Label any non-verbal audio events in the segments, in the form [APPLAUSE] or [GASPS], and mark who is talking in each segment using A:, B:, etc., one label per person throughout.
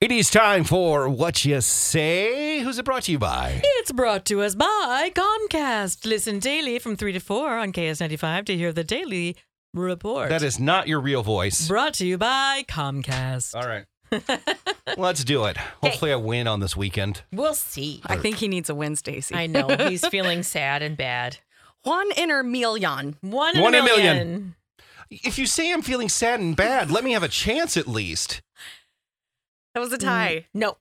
A: It is time for What You Say. Who's it brought to you by?
B: It's brought to us by Comcast. Listen daily from 3 to 4 on KS95 to hear the daily report.
A: That is not your real voice.
B: brought to you by Comcast.
A: All right.
C: [LAUGHS]
A: Let's do it. Hopefully, I win on this weekend.
D: We'll see.
C: I think he needs a win, Stacy.
D: I know
A: [LAUGHS]
D: he's feeling sad and bad.
C: [LAUGHS] Juan Intermillion.
B: One in
A: One
B: a
A: in a million.
B: million.
A: If you say I'm feeling sad and bad, let me have a chance at least.
C: That was a
D: Mm. Mm-hmm.
B: Mm.
C: tie.
D: No,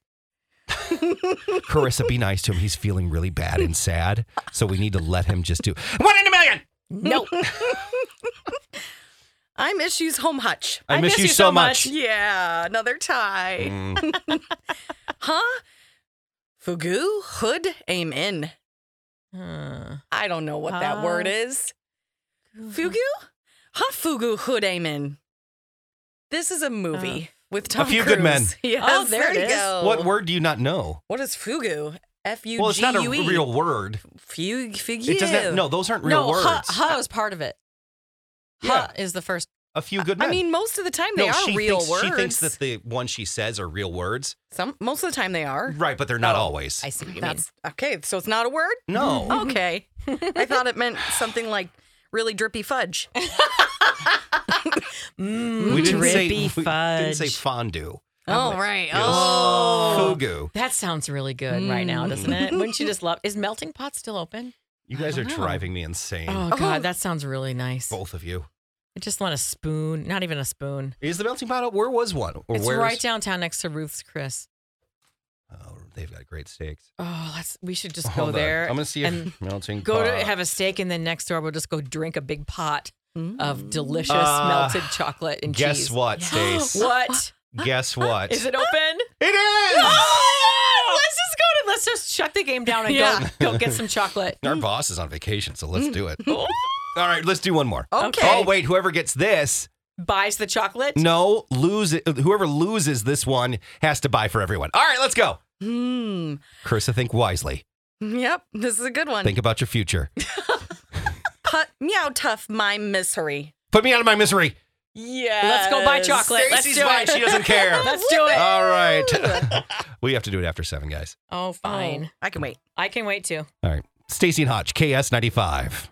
A: Carissa, be nice to him. He's feeling really bad and sad. So we need to let him just do one in a million. [LAUGHS]
D: no.
C: I'm Issues Home Hutch.
A: I, miss, you, so much.
C: Yeah, another tie.
A: Mm.
C: huh? Fugu, hood, aim in.
B: Uh.
D: Huh.
C: I don't know what
D: Ah.
C: that word is. Fugu? Huh, Fugu, hood, aim in. This is a movie with Tom
A: Few
C: Cruise. [LAUGHS]
A: Good Men.
C: Yes,
D: Uh, Oh, there
C: there,
D: it
C: you
D: is.
C: go.
A: What word do you not know?
C: What is Fugu? F U G U E.
A: Well, it's not a real word.
C: Fugu. Fugu.
A: It doesn't. No, those aren't real
D: no,
A: words.
D: Huh, huh is part of it. Huh is the first.
A: A few good men.
C: I mean, most of the time
A: no,
C: they are
A: she
C: real
A: thinks,
C: words.
A: She thinks that the ones she says are real words.
C: Some most of the time they
D: Mm-hmm.
C: are.
A: Right, but they're not
C: Oh,
A: always.
D: I see what you mean.
C: That's okay. So it's not
D: [LAUGHS]
C: a word.
A: no.
C: Okay, I thought it meant something like really
D: [LAUGHS]
C: drippy fudge.
D: Mm-hmm.
B: Mm,
A: we didn't say,
B: drippy
A: we didn't say
B: fudge.
A: fondue.
C: Oh right.
A: Yes.
D: Oh.
A: Fugu.
D: That sounds really good right
B: Mm.
D: now, doesn't
B: [LAUGHS]
D: it? Wouldn't you just love? Is melting pot still open?
A: You guys are
D: don't know.
A: driving me insane.
D: oh
C: Oh.
D: God, that sounds really nice.
A: Both of you.
D: I just want a spoon. Not even a spoon.
A: Is the melting pot? up? Where was one? Or
D: it's
A: where's?
D: right downtown next to Ruth's Chris.
A: Oh, they've got great steaks.
D: Oh, let's, we should just
A: Hold
D: go
A: on.
D: there.
A: I'm gonna see
D: and
A: if melting
D: go
A: pot.
D: to have a steak, and then next door we'll just go drink a big pot of delicious
A: Uh,
D: melted chocolate and
A: Guess
D: cheese.
A: what,
D: [GASPS]
A: Stace?
D: What
A: [LAUGHS]
D: [LAUGHS]
A: Guess what?
D: is it [LAUGHS] open?
A: It is.
D: Let's just go to. Let's just shut the game down and
C: Yeah.
D: go, go get some chocolate.
A: Our boss is on vacation, so let's
D: [LAUGHS]
A: do it.
D: Oh.
A: All right, let's do one more.
C: Okay.
A: Oh wait, whoever gets this,
D: Buys the chocolate.
A: no, lose it. Whoever loses this one has to buy for everyone. All right, let's go.
C: Hmm.
A: Carissa, think wisely.
C: Yep. This is a good one.
A: Think about your future.
C: Put meow tough my misery.
A: Put me out of my misery.
C: Yeah.
D: Let's go buy chocolate. Let's
A: Stacy's
D: do
A: fine.
D: it.
A: She doesn't care.
D: [LAUGHS] Let's do it. Oh.
A: All right. [LAUGHS] we have to do it after seven, guys.
D: Oh, fine.
C: I can wait.
D: I can wait too.
A: All right. Stacy and Hotch, KS95.